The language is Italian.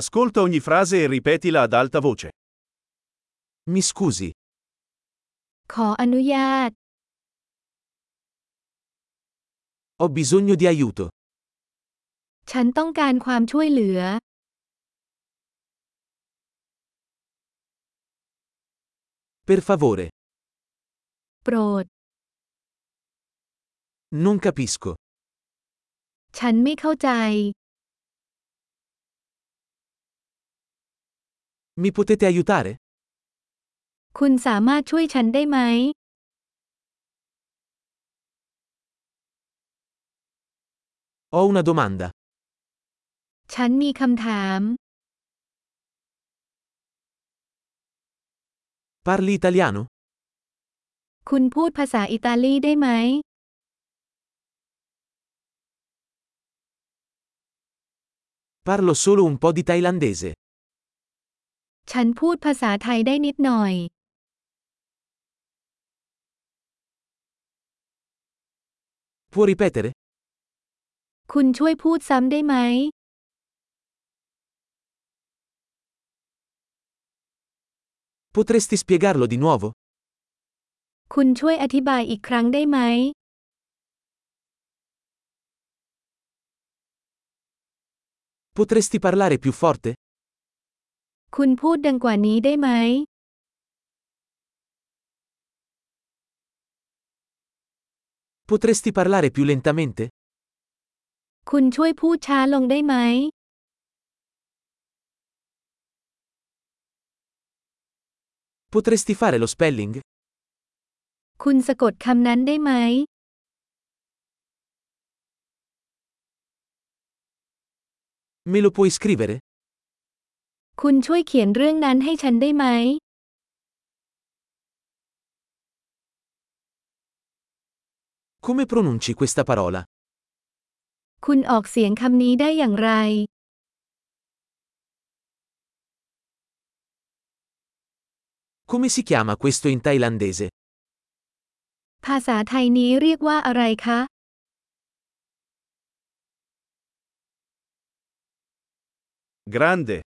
Ascolta ogni frase e ripetila ad alta voce. Mi scusi, ขออนุญาต ho bisogno di aiuto. ฉันต้องการความช่วยเหลือ Per favore, โปรด non capisco. ฉันไม่เข้าใจ Mi potete aiutare? คุณสามารถช่วยฉันได้ไหม Ho una domanda. ฉันมีคำถาม Parli italiano? คุณพูดภาษาอิตาลีได้ไหม Parlo solo un po' di thailandese. ฉันพูดภาษาไทยได้นิดหน่อย Può ripetere? คุณช่วยพูดซ้ำได้ไหม Potresti spiegarlo di nuovo? คุณช่วยอธิบายอีกครั้งได้ไหม Potresti parlare più forte? คุณพูดดังกว่านี้ได้ไหม Potresti parlare più lentamente? คุณช่วยพูดช้าลงได้ไหม Potresti fare lo spelling? คุณสะกดคำนั้นได้ไหม Me lo puoi scrivere? คุณช่วยเขียนเรื่องนั้นให้ฉันได้ไหม Come pronunci questa parola? คุณออกเสียงคำนี้ได้อย่างไร Come si chiama questo in thailandese? ภาษาไทยนี้เรียกว่าอะไรคะ Grande,